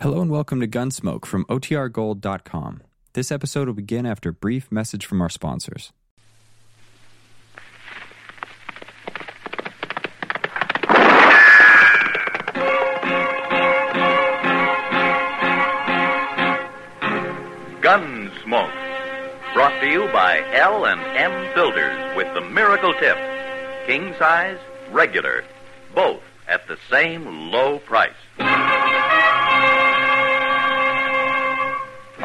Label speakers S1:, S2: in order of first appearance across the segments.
S1: Hello and welcome to Gunsmoke from OTRGold.com. This episode will begin after a brief message from our sponsors.
S2: Gunsmoke. Brought to you by L and M Builders with the miracle tip. King size, regular, both at the same low price.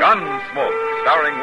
S2: Gunsmoke, starring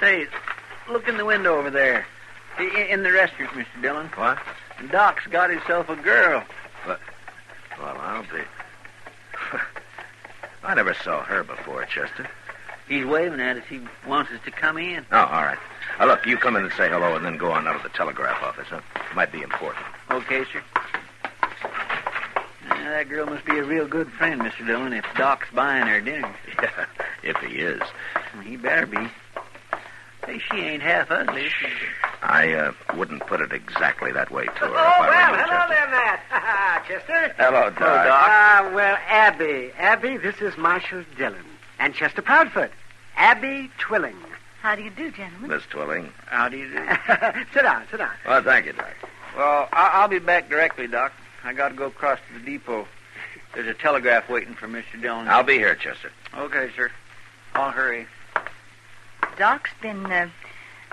S3: Say, look in the window over there. I- In the restroom, Mr. Dillon.
S4: What?
S3: Doc's got himself a girl.
S4: Well, I'll be. I never saw her before, Chester.
S3: He's waving at us. He wants us to come in.
S4: Oh, all right. Uh, look, you come in and say hello and then go on out of the telegraph office, huh? Might be important.
S3: Okay, sir. Now, that girl must be a real good friend, Mr. Dillon, if Doc's buying her dinner.
S4: Yeah, if he is.
S3: He better be. Say, she ain't half ugly. is she?
S4: I uh, wouldn't put it exactly that way to her.
S5: Oh,
S4: if I were
S5: well,
S4: you,
S5: hello
S4: Chester.
S5: there, Matt. Ha, ha, Chester.
S4: Hello, Doc.
S3: Uh,
S5: Ah, well, Abby. Abby, this is Marshall Dillon. And Chester Proudfoot. Abby Twilling.
S6: How do you do, gentlemen?
S4: Miss Twilling.
S3: How do you do?
S5: sit down, sit down.
S4: Well, thank you, Doc.
S3: Well, I- I'll be back directly, Doc. I got to go across to the depot. There's a telegraph waiting for Mr. Dillon.
S4: I'll be here, Chester.
S3: Okay, sir. I'll hurry.
S6: Doc's been uh,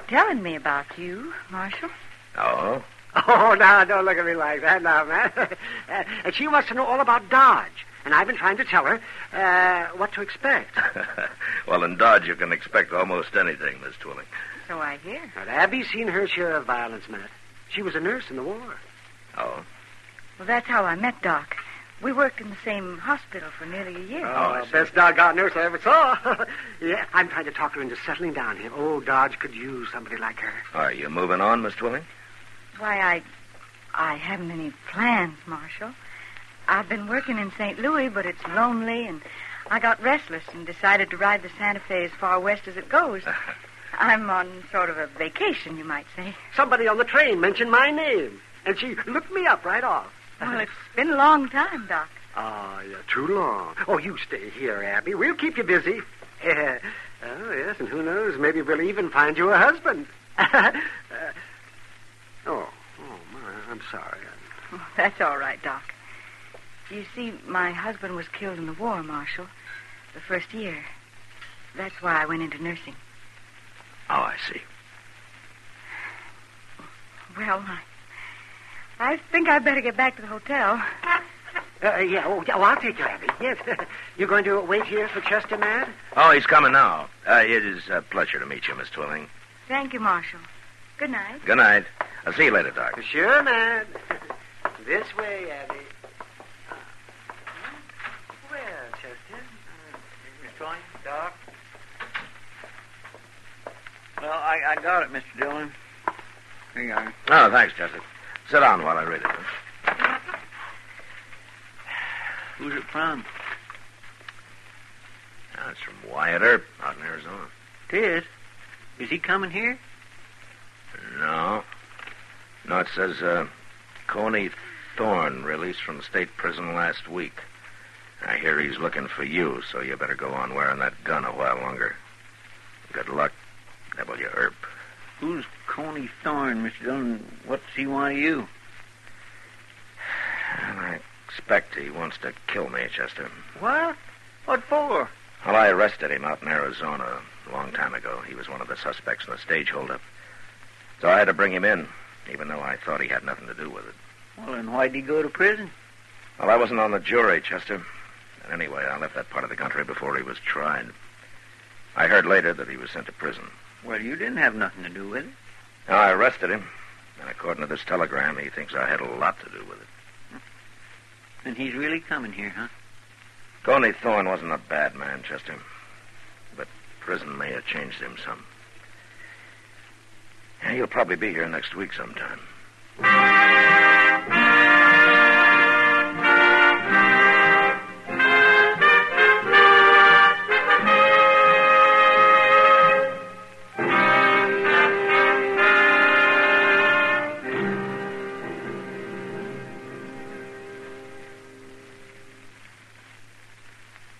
S6: telling me about you, Marshal.
S4: Oh?
S5: Oh, now, don't look at me like that now, Matt. Uh, and she wants to know all about Dodge. And I've been trying to tell her uh, what to expect.
S4: well, in Dodge, you can expect almost anything, Miss Twilling.
S6: So I hear.
S5: But Abby's seen her share of violence, Matt. She was a nurse in the war.
S4: Oh?
S6: Well, that's how I met Doc. We worked in the same hospital for nearly a year.
S4: I see.
S5: Oh, best doggone nurse I ever saw. yeah, I'm trying to talk her into settling down here. Oh, Dodge could use somebody like her.
S4: Are you moving on, Miss Twilling?
S6: Why, I, I haven't any plans, Marshal. I've been working in St. Louis, but it's lonely, and I got restless and decided to ride the Santa Fe as far west as it goes. I'm on sort of a vacation, you might say.
S5: Somebody on the train mentioned my name, and she looked me up right off.
S6: Well, it's been a long time, Doc.
S5: Ah, you're too long. Oh, you stay here, Abby. We'll keep you busy. Yeah. Oh, yes, and who knows? Maybe we'll even find you a husband. uh, oh, oh, my, I'm sorry.
S6: Oh, that's all right, Doc. You see, my husband was killed in the war, Marshal, the first year. That's why I went into nursing.
S4: Oh, I see.
S6: Well, I, I think I'd better get back to the hotel.
S5: Uh, yeah, oh, yeah, oh, I'll take you, Abby. Yes. You're going to wait here for Chester, Matt?
S4: Oh, he's coming now. Uh, it is a pleasure to meet you, Miss Twilling.
S6: Thank you, Marshal. Good night.
S4: Good night. I'll see you later, Doc.
S5: Sure, Matt. This way, Abby. Well, Chester.
S3: Mr. Twine, Doc. Well, I, I got it, Mr. Dillon. Here you are.
S4: Oh, thanks, Chester. Sit down while I read it. huh?
S3: Who's it from?
S4: Oh, it's from Wyatt Earp out in Arizona.
S3: Tis. Is he coming here?
S4: No. No, it says uh, Coney Thorne released from state prison last week. I hear he's looking for you, so you better go on wearing that gun a while longer. Good luck, W. Earp.
S7: Who's Coney Thorne, Mr. Dillon? What's he want of you?
S4: And I expect he wants to kill me, Chester.
S7: What? What for?
S4: Well, I arrested him out in Arizona a long time ago. He was one of the suspects in the stage holdup. So I had to bring him in, even though I thought he had nothing to do with it.
S7: Well, then why'd he go to prison?
S4: Well, I wasn't on the jury, Chester. And anyway, I left that part of the country before he was tried. I heard later that he was sent to prison.
S7: Well, you didn't have nothing to do with it.
S4: Now, I arrested him, and according to this telegram, he thinks I had a lot to do with it.
S7: And he's really coming here, huh?
S4: Coney Thorne wasn't a bad man, Chester. But prison may have changed him some. Yeah, he'll probably be here next week sometime.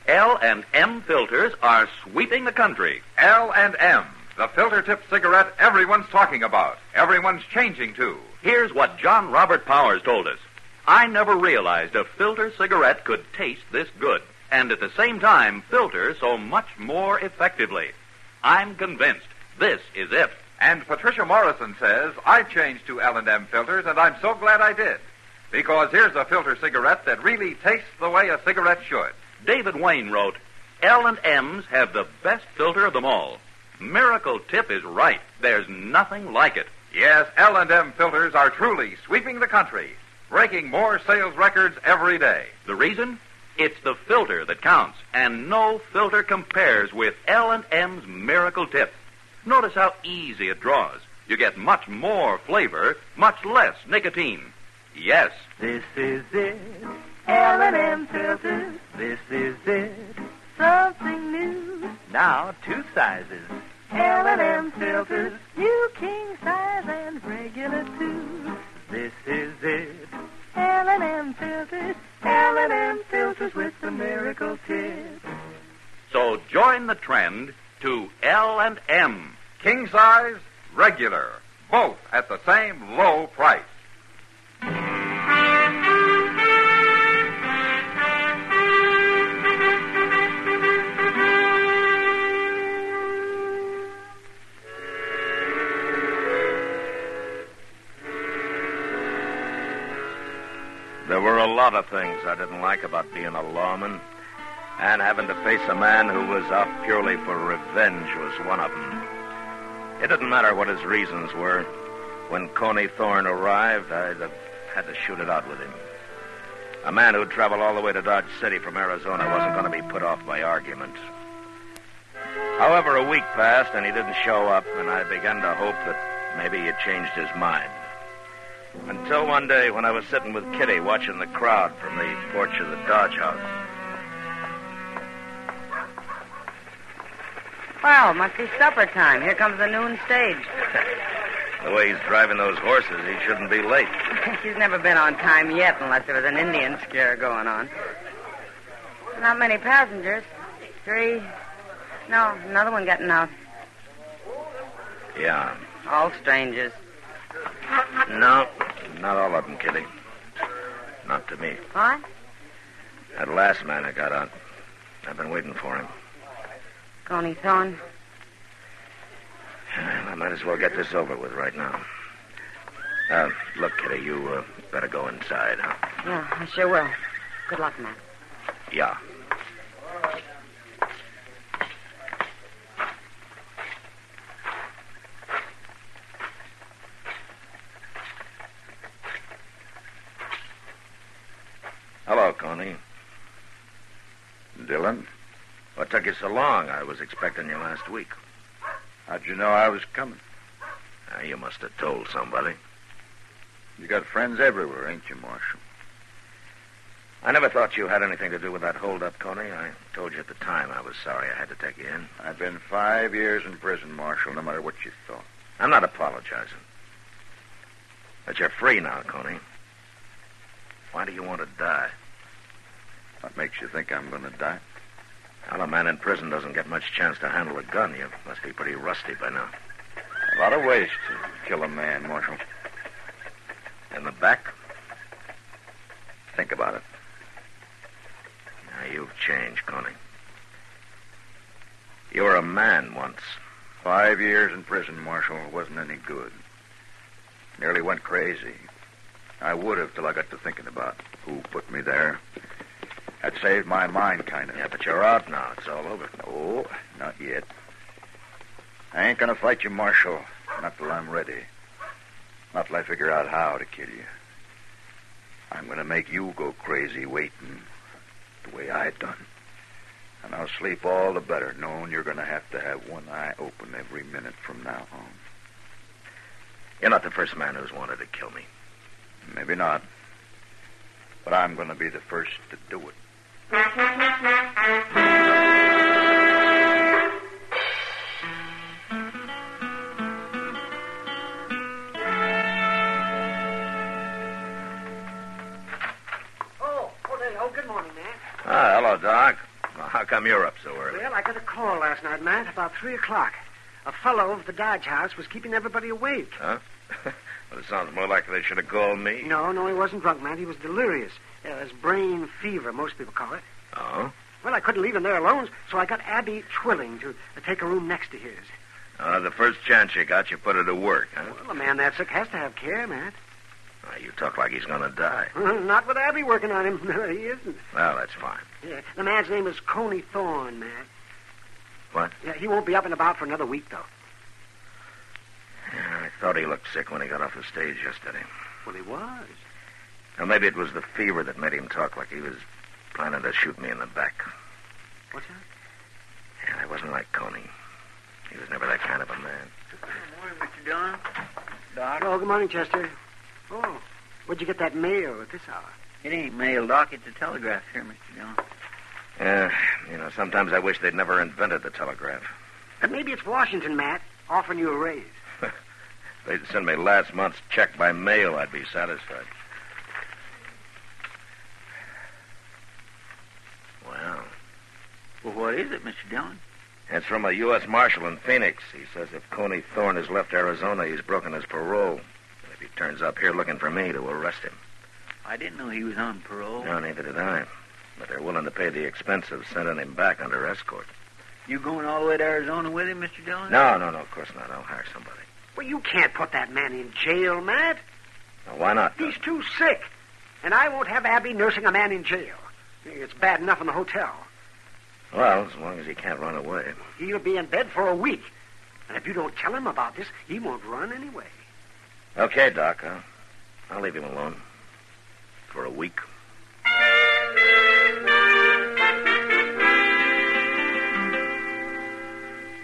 S2: L and M filters are sweeping the country. L and M, the filter tip cigarette everyone's talking about, everyone's changing to. Here's what John Robert Powers told us. I never realized a filter cigarette could taste this good, and at the same time filter so much more effectively. I'm convinced this is it. And Patricia Morrison says I changed to L and M filters, and I'm so glad I did, because here's a filter cigarette that really tastes the way a cigarette should. David Wayne wrote, L and M's have the best filter of them all. Miracle Tip is right. There's nothing like it. Yes, L and M filters are truly sweeping the country, breaking more sales records every day. The reason? It's the filter that counts, and no filter compares with L and M's Miracle Tip. Notice how easy it draws. You get much more flavor, much less nicotine. Yes,
S7: This is it. L&M filters. This is it. Something new. Now, two sizes. L&M filters. New king size and regular too. This is it. L&M filters. L&M filters with the miracle tip.
S2: So join the trend to L and M. King size, regular, both at the same low price.
S4: There were a lot of things I didn't like about being a lawman, and having to face a man who was out purely for revenge was one of them. It didn't matter what his reasons were. When Coney Thorne arrived, I'd have had to shoot it out with him. A man who'd traveled all the way to Dodge City from Arizona wasn't going to be put off by argument. However, a week passed and he didn't show up, and I began to hope that maybe he had changed his mind. Until one day when I was sitting with Kitty watching the crowd from the porch of the Dodge house.
S6: Well, must be supper time. Here comes the noon stage.
S4: The way he's driving those horses, he shouldn't be late.
S6: She's never been on time yet unless there was an Indian scare going on. Not many passengers. Three. No, another one getting out.
S4: Yeah.
S6: All strangers.
S4: No, not all of them, Kitty. Not to me.
S6: What?
S4: That last man I got out. I've been waiting for him.
S6: Coney Thorne.
S4: I might as well get this over with right now. Uh, look, Kitty, you uh, better go inside, huh?
S6: Yeah, I sure will. Good luck, Matt.
S4: Yeah. Hello, Coney.
S2: Dylan,
S4: What took you so long? I was expecting you last week.
S2: how'd you know I was coming?
S4: Uh, you must have told somebody.
S2: You got friends everywhere, ain't you, Marshal?
S4: I never thought you had anything to do with that holdup, Coney. I told you at the time I was sorry I had to take you in.
S2: I've been five years in prison, Marshal, no matter what you thought.
S4: I'm not apologizing. But you're free now, Coney. Why do you want to die?
S2: What makes you think I'm going to die?
S4: Well, a man in prison doesn't get much chance to handle a gun. You must be pretty rusty by now.
S2: A lot of ways to kill a man, Marshal.
S4: In the back,
S2: Think about it.
S4: now you've changed, Connie. You were a man once.
S2: Five years in prison, Marshal, wasn't any good. Nearly went crazy. I would have till I got to thinking about who put me there. That saved my mind, kind of.
S4: Yeah, but you're out now. It's all over.
S2: No, not yet. I ain't gonna fight you, Marshal. Not till I'm ready. Not till I figure out how to kill you. I'm gonna make you go crazy waiting, the way I done. And I'll sleep all the better knowing you're gonna have to have one eye open every minute from now on.
S4: You're not the first man who's wanted to kill me.
S2: Maybe not. But I'm gonna be the first to do it.
S5: Oh, oh, there- oh, good morning, Matt.
S4: Ah, hello, Doc. Well, how come you're up so early?
S5: Well, I got a call last night, Matt, about 3 o'clock. A fellow of the Dodge house was keeping everybody awake.
S4: Well, it sounds more like they should have called me.
S5: No, no, he wasn't drunk, Matt. He was delirious. It was brain fever, most people call it.
S4: Oh?
S5: Well, I couldn't leave him there alone, so I got Abby Twilling to uh, take a room next to his.
S4: Uh, the first chance you got, you put her to work, huh?
S5: Well, a man that sick has to have care, Matt.
S4: Ah, you talk like he's going to die.
S5: Hmm, Not with Abby working on him. No, he isn't.
S4: Well, that's fine.
S5: Yeah, the man's name is Coney Thorne, Matt.
S4: What?
S5: Yeah, he won't be up and about for another week, though.
S4: Yeah, I thought he looked sick when he got off the stage yesterday.
S5: Well, he was.
S4: Now, maybe it was the fever that made him talk like he was planning to shoot me in the back.
S5: What's that?
S4: Yeah, I wasn't like Coney. He was never that kind of a man.
S5: Oh, good morning, Chester. Oh, where'd you get that mail at this hour?
S3: It ain't mail, Doc. It's a telegraph here, Mr. Dillon.
S4: Yeah, you know, sometimes I wish they'd never invented the telegraph.
S5: But Uh, maybe it's Washington, Matt, offering you a raise.
S4: If they'd send me last month's check by mail, I'd be satisfied. Well,
S3: Well, what is it, Mr. Dillon?
S4: it's from a U.S. Marshal in Phoenix. He says if Coney Thorne has left Arizona, he's broken his parole. And if he turns up here looking for me, to arrest him.
S3: I didn't know he was on parole.
S4: No, neither did I. But they're willing to pay the expense of sending him back under escort.
S3: You going all the way to Arizona with him, Mr. Dillon?
S4: No, no, no, of course not. I'll hire somebody.
S5: Well, you can't put that man in jail, Matt.
S4: Now, why not?
S5: He's too sick. And I won't have Abby nursing a man in jail. It's bad enough in the hotel.
S4: Well, as long as he can't run away.
S5: He'll be in bed for a week. And if you don't tell him about this, he won't run anyway.
S4: Okay, Doc. I'll, I'll leave him alone. For a week.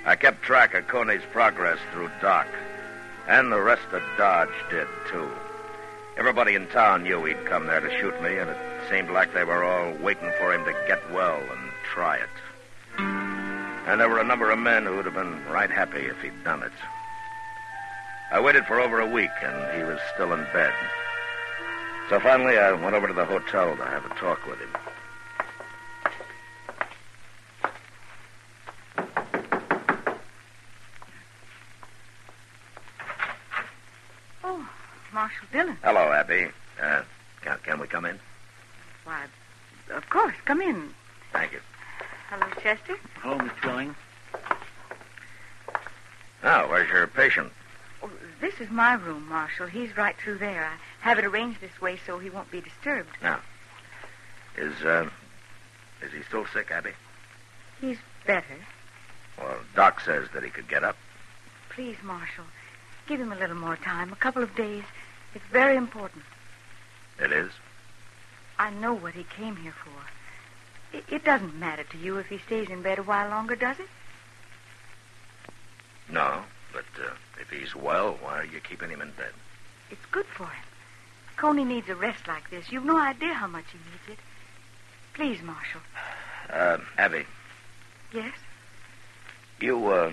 S4: I kept track of Coney's progress through Doc. And the rest of Dodge did, too. Everybody in town knew he'd come there to shoot me, and it seemed like they were all waiting for him to get well and try it. And there were a number of men who would have been right happy if he'd done it. I waited for over a week, and he was still in bed. So finally, I went over to the hotel to have a talk with him.
S6: Oh, Marshal Dillon.
S4: Hello, Abby. Uh, can, can we come in?
S6: Why, of course. Come in.
S4: Thank you.
S6: Hello, Chester.
S3: Hello, Mr. Dillon.
S4: Oh, where's your patient?
S6: Oh, this is my room, Marshal. He's right through there. I have it arranged this way so he won't be disturbed.
S4: Is, uh, is he still sick, Abby?
S6: He's better.
S4: Well, Doc says that he could get up.
S6: Please, Marshal, give him a little more time, a couple of days. It's very important.
S4: It is.
S6: I know what he came here for. It, it doesn't matter to you if he stays in bed a while longer, does it?
S4: No, but uh, if he's well, why are you keeping him in bed?
S6: It's good for him. Coney needs a rest like this. You've no idea how much he needs it. Please, Marshal.
S4: Uh, Abby,
S6: Yes?
S4: you, uh,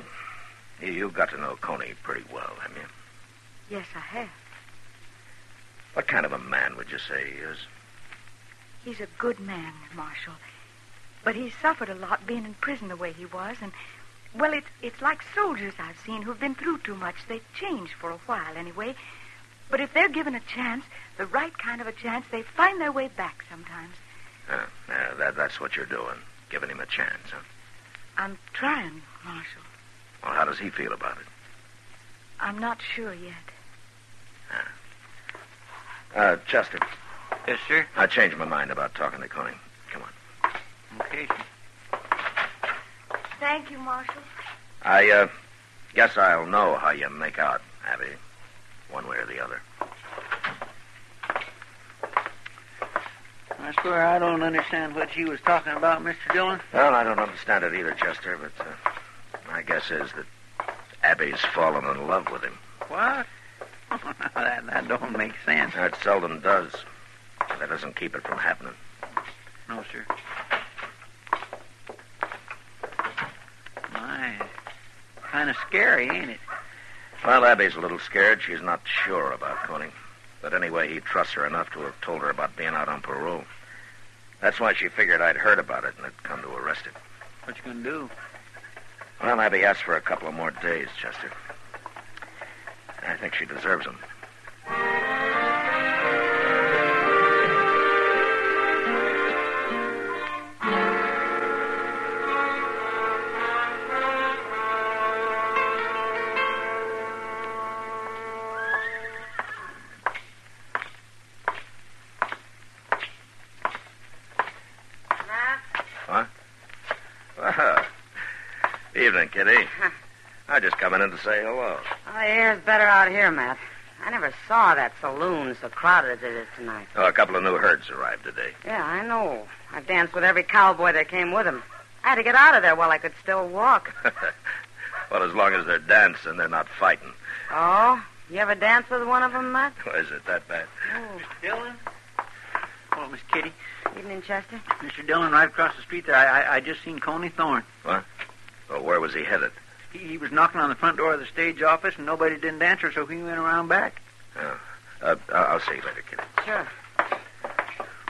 S4: you, you got to know Coney pretty well, haven't you?
S6: Yes, I have.
S4: What kind of a man would you say he is?
S6: He's a good man, Marshal. But he suffered a lot being in prison the way he was, and well, it's it's like soldiers I've seen who've been through too much. They change for a while anyway. But if they're given a chance, the right kind of a chance, they find their way back sometimes.
S4: Uh, yeah, that, that's what you're doing, giving him a chance, huh?
S6: I'm trying, Marshal.
S4: Well, how does he feel about it?
S6: I'm not sure yet.
S4: Uh, Chester,
S3: Yes, sir.
S4: I changed my mind about talking to Coney. Come on.
S3: Okay, sir.
S6: Thank you, Marshal.
S4: I, uh, guess I'll know how you make out, Abby, one way or the other.
S3: I swear I don't understand what she was talking about, Mr. Dillon.
S4: Well, I don't understand it either, Chester, but uh, my guess is that Abby's fallen in love with him.
S3: What? Oh, no, that, that don't make sense.
S4: That seldom does. but That doesn't keep it from happening.
S3: No, sir. My, kind of scary, ain't it?
S4: Well, Abby's a little scared. She's not sure about Coney. But anyway, he trusts her enough to have told her about being out on parole. That's why she figured I'd heard about it and had come to arrest him.
S3: What you gonna do?
S4: Well, Abby asked for a couple of more days, Chester. I think she deserves them. Well, evening, Kitty. I just come in to say hello.
S8: Oh, the air's better out here, Matt. I never saw that saloon so crowded as it is tonight.
S4: Oh, a couple of new herds arrived today.
S8: Yeah, I know. I danced with every cowboy that came with him. I had to get out of there while I could still walk.
S4: well, as long as they're dancing, they're not fighting.
S8: Oh, you ever danced with one of them, Matt?
S4: Is it that bad?
S8: Oh,
S3: Dillon? Oh, Miss Kitty.
S8: evening, Chester.
S3: Mr. Dillon, right across the street there, I, I, I just seen Coney Thorne.
S4: Well, where was he headed?
S3: He, he was knocking on the front door of the stage office, and nobody didn't answer, so he went around back.
S4: Uh, I- I'll see you later, Kitty.
S8: Sure.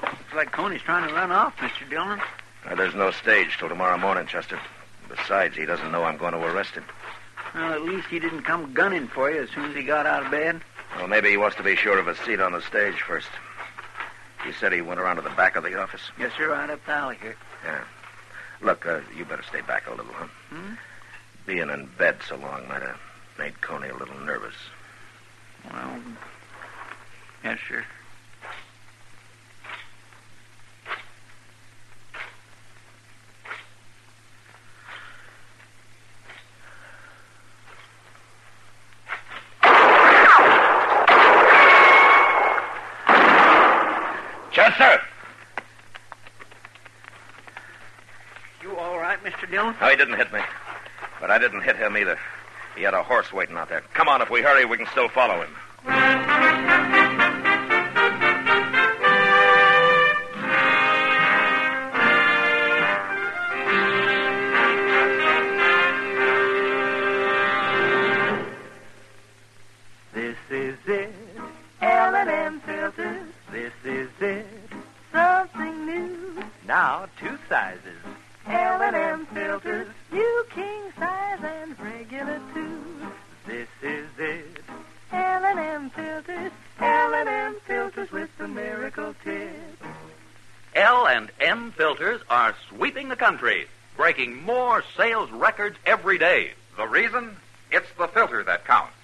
S3: Looks like Coney's trying to run off, Mr. Dillon.
S4: Uh, there's no stage till tomorrow morning, Chester. Besides, he doesn't know I'm going to arrest him.
S3: Well, at least he didn't come gunning for you as soon as he got out of bed.
S4: Well, maybe he wants to be sure of a seat on the stage first. He said he went around to the back of the office.
S3: Yes, sir, right up the alley here.
S4: Look, uh, you better stay back a little, huh?
S3: Hmm?
S4: Being in bed so long might have made Coney a little nervous.
S3: Well, yes, sir.
S4: Chester!
S3: You all right, Mr. Dillon?
S4: No, he didn't hit me. But I didn't hit him either. He had a horse waiting out there. Come on, if we hurry, we can still follow him.
S3: This is it.
S7: L&M filters,
S3: This is it.
S7: something new.
S3: Now, two sizes.
S7: L&M filters, new king size and regular too.
S3: This is it.
S7: L&M filters, L&M filters with the miracle tip.
S2: L and M filters are sweeping the country, breaking more sales records every day. The reason? It's the filter that counts.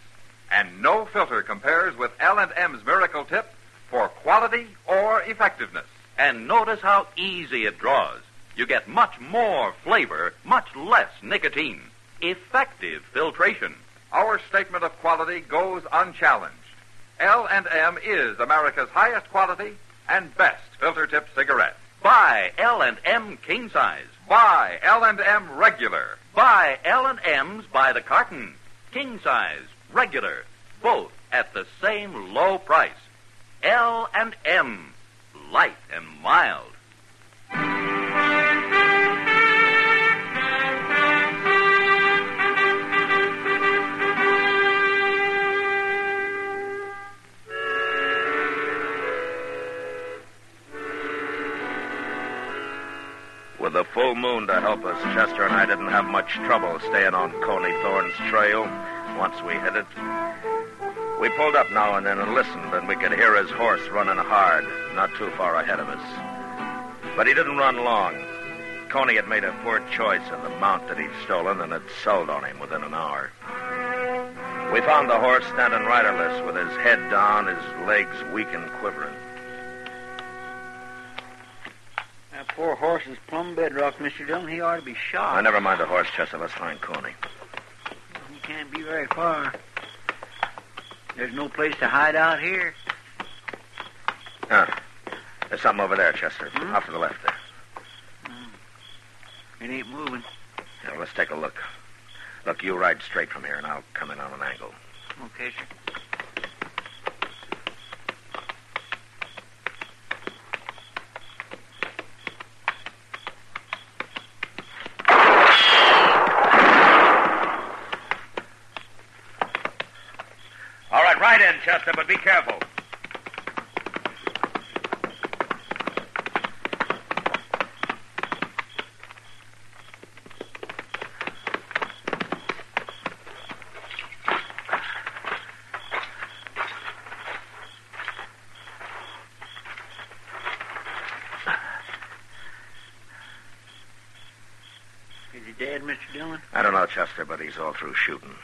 S2: And no filter compares with L and M's Miracle Tip for quality or effectiveness. And notice how easy it draws. You get much more flavor, much less nicotine. Effective filtration. Our statement of quality goes unchallenged. L and M is America's highest quality and best filter tip cigarette. Buy L and M king size. Buy L and M regular. Buy L and M's by the carton. King size, regular, both at the same low price. L and M, light and mild.
S9: moon to help us. Chester and I didn't have much trouble staying on Coney Thorne's trail once we hit it. We pulled up now and then and listened, and we could hear his horse running hard, not too far ahead of us. But he didn't run long. Coney had made a poor choice in the mount that he'd stolen, and it sold on him within an hour. We found the horse standing riderless with his head down, his legs weak and quivering.
S3: That poor horse is plumb bedrock, Mr. Dillon. He ought to be shot.
S9: Now, never mind the horse, Chester. Let's find Coney.
S3: He can't be very far. There's no place to hide out here.
S9: There's something over there, Chester.
S3: Hmm?
S9: Off to the left there.
S3: It ain't moving.
S9: Now, let's take a look. Look, you ride straight from here, and I'll come in on an angle.
S3: Okay, sir.
S9: All right, ride in, Chester, but be careful.
S3: Is he dead, Mr. Dillon?
S9: I don't know, Chester, but he's all through shooting.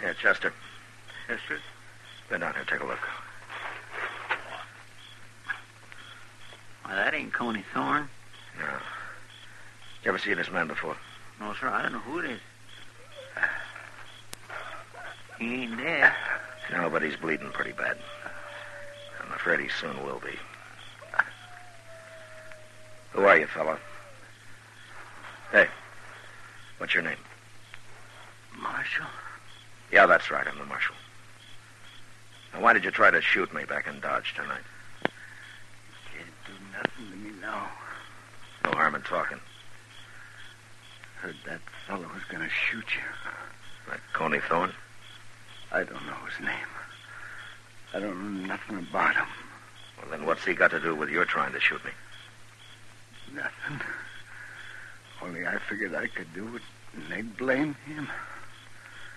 S9: Here, Chester,
S3: Yes, sir.
S9: bend down here, take a look.
S3: Well, that ain't Coney Thorne.
S9: You ever see this man before?
S3: No, sir. I don't know who it is. He ain't dead.
S9: No, but he's bleeding pretty bad. I'm afraid he soon will be. Who are you, fella? Hey, what's your name?
S3: Marshal.
S9: Yeah, that's right. I'm the marshal. Now, why did you try to shoot me back in Dodge tonight?
S3: Can't do nothing to me now.
S9: No harm in talking.
S3: Heard that fellow was gonna shoot you.
S9: That Coney Thorne?
S3: I don't know his name. I don't know nothing about him.
S9: Well, then what's he got to do with your trying to shoot me?
S3: Nothing. Only I figured I could do it, and they blamed him.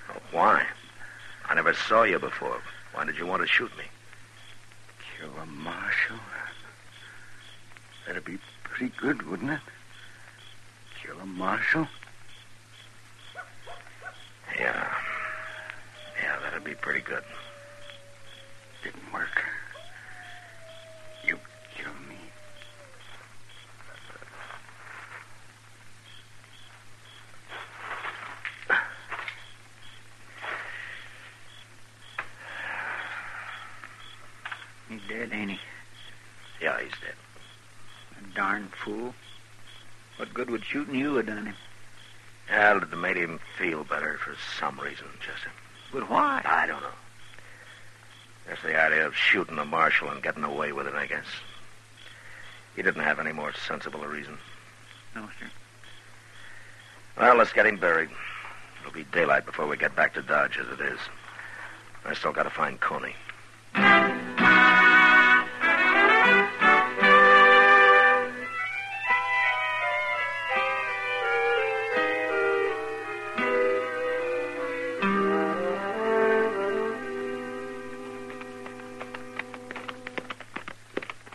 S9: Oh, why? I never saw you before. Why did you want to shoot me?
S3: Kill a marshal. That'd be pretty good, wouldn't it? Kill a marshal?
S9: Yeah. Yeah, that'd be pretty good.
S3: Didn't work. You killed me. He dead, ain't he?
S9: Yeah, he's dead.
S3: A darn fool. What good would shooting you have done him?
S9: Well, it made him feel better for some reason, Chester.
S3: But why?
S9: I don't know. That's the idea of shooting a marshal and getting away with it, I guess. He didn't have any more sensible a reason.
S3: No, sir.
S9: Well, let's get him buried. It'll be daylight before we get back to Dodge, as it is. I still got to find Coney.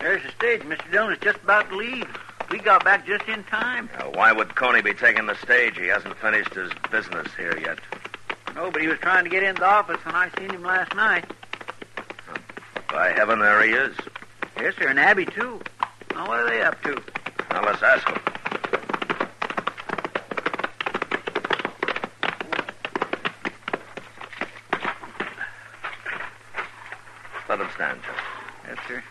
S3: There's the stage. Mr. Dillon is just about to leave. We got back just in time.
S9: Now, why would Coney be taking the stage? He hasn't finished his business here yet.
S3: No, but he was trying to get into the office when I seen him last night.
S9: By heaven, there he is.
S3: Yes, sir, and Abby, too. Now, what are they up to?
S9: Now, let's ask him. Let him stand, Chester.
S3: Yes, sir.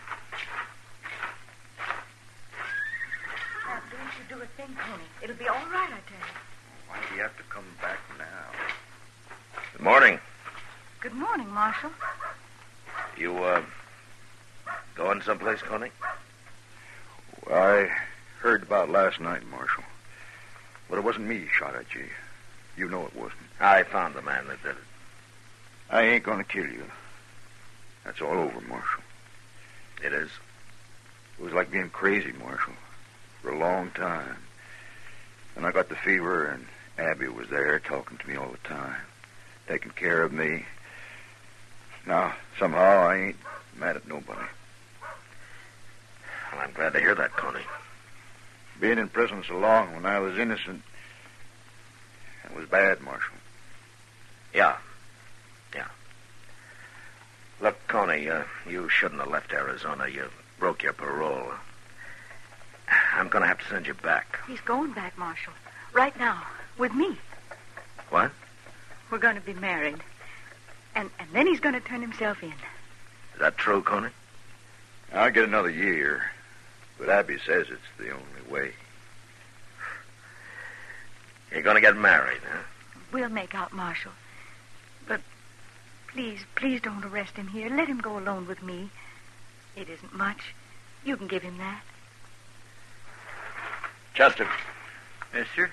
S6: Now, don't you do a thing, Coney. It'll be all right, I tell you.
S3: Why do you have to come back now?
S9: Good morning.
S6: Good morning, Marshal.
S9: You, uh, going someplace, Coney?
S10: I heard about last night, Marshal. But it wasn't me who shot at you. You know it wasn't.
S9: I found the man that did it.
S10: I ain't gonna kill you. That's all over, Marshal.
S9: It is.
S10: It was like being crazy, Marshal.
S11: for a long time. And I got the fever, and Abby was there talking to me all the time, taking care of me. Now, somehow, I ain't mad at nobody.
S9: Well, I'm glad to hear that, Connie.
S11: Being in prison so long when I was innocent, it was bad, Marshal.
S9: Yeah. Yeah. Look, Connie, uh, you shouldn't have left Arizona. You broke your parole. I'm going to have to send you back.
S6: He's going back, Marshal. Right now. With me.
S9: What?
S6: We're going to be married. And, and then he's going to turn himself in.
S9: Is that true, Connie?
S11: I'll get another year, but Abby says it's the only way.
S9: You're going to get married, huh?
S6: We'll make out, Marshal. But please, please don't arrest him here. Let him go alone with me. It isn't much. You can give him that.
S9: Chester,
S12: Yes, sir.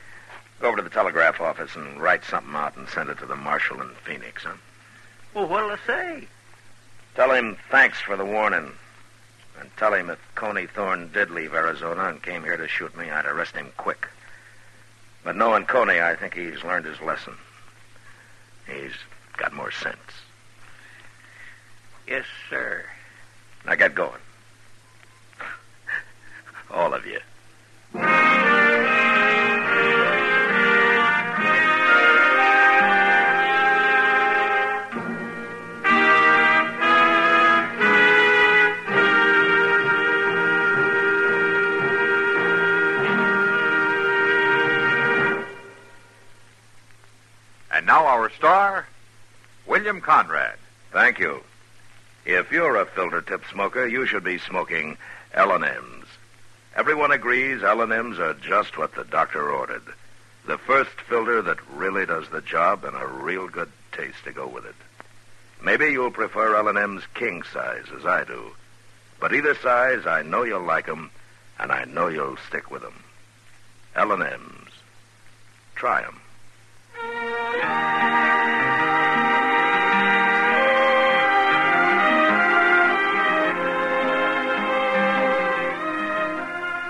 S9: go over to the telegraph office and write something out and send it to the marshal in Phoenix, huh?
S12: Well, what'll I say?
S9: Tell him thanks for the warning. And tell him if Coney Thorne did leave Arizona and came here to shoot me, I'd arrest him quick. But knowing Coney, I think he's learned his lesson. He's got more sense.
S12: Yes, sir.
S9: Now get going. All of you.
S4: And now our star, William Conrad.
S9: Thank you. If you're a filter tip smoker, you should be smoking L&M's. Everyone agrees L&M's are just what the doctor ordered. The first filter that really does the job and a real good taste to go with it. Maybe you'll prefer L&M's king size as I do. But either size, I know you'll like 'em, and I know you'll stick with 'em. L&M's. Try 'em.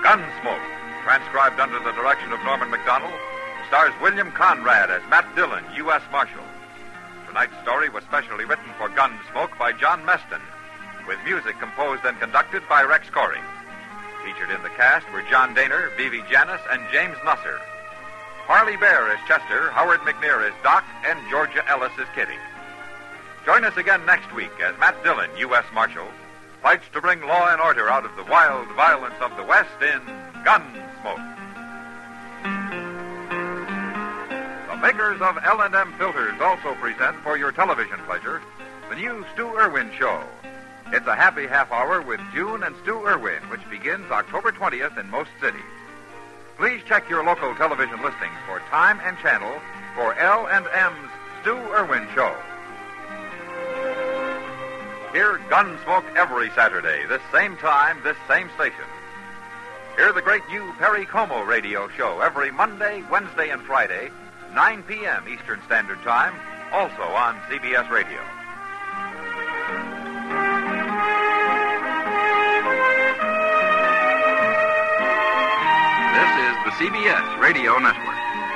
S4: Gunsmoke, transcribed under the direction of Norman McDonald, stars William Conrad as Matt Dillon, U.S. Marshal. Tonight's story was specially written for Gunsmoke by John Meston, with music composed and conducted by Rex Corey. Featured in the cast were John Daner, B.V. Janis, and James Nusser. Harley Bear is Chester, Howard McNear is Doc, and Georgia Ellis is Kitty. Join us again next week as Matt Dillon, U.S. Marshal, fights to bring law and order out of the wild violence of the West in Gunsmoke. The makers of L&M Filters also present for your television pleasure the new Stu Irwin Show. It's a happy half hour with June and Stu Irwin, which begins October 20th in most cities. Please check your local television listings for time and channel for L&M's Stu Irwin Show. Hear Gunsmoke every Saturday, this same time, this same station. Hear the great new Perry Como radio show every Monday, Wednesday, and Friday, 9 p.m. Eastern Standard Time, also on CBS Radio. This is the CBS Radio Network.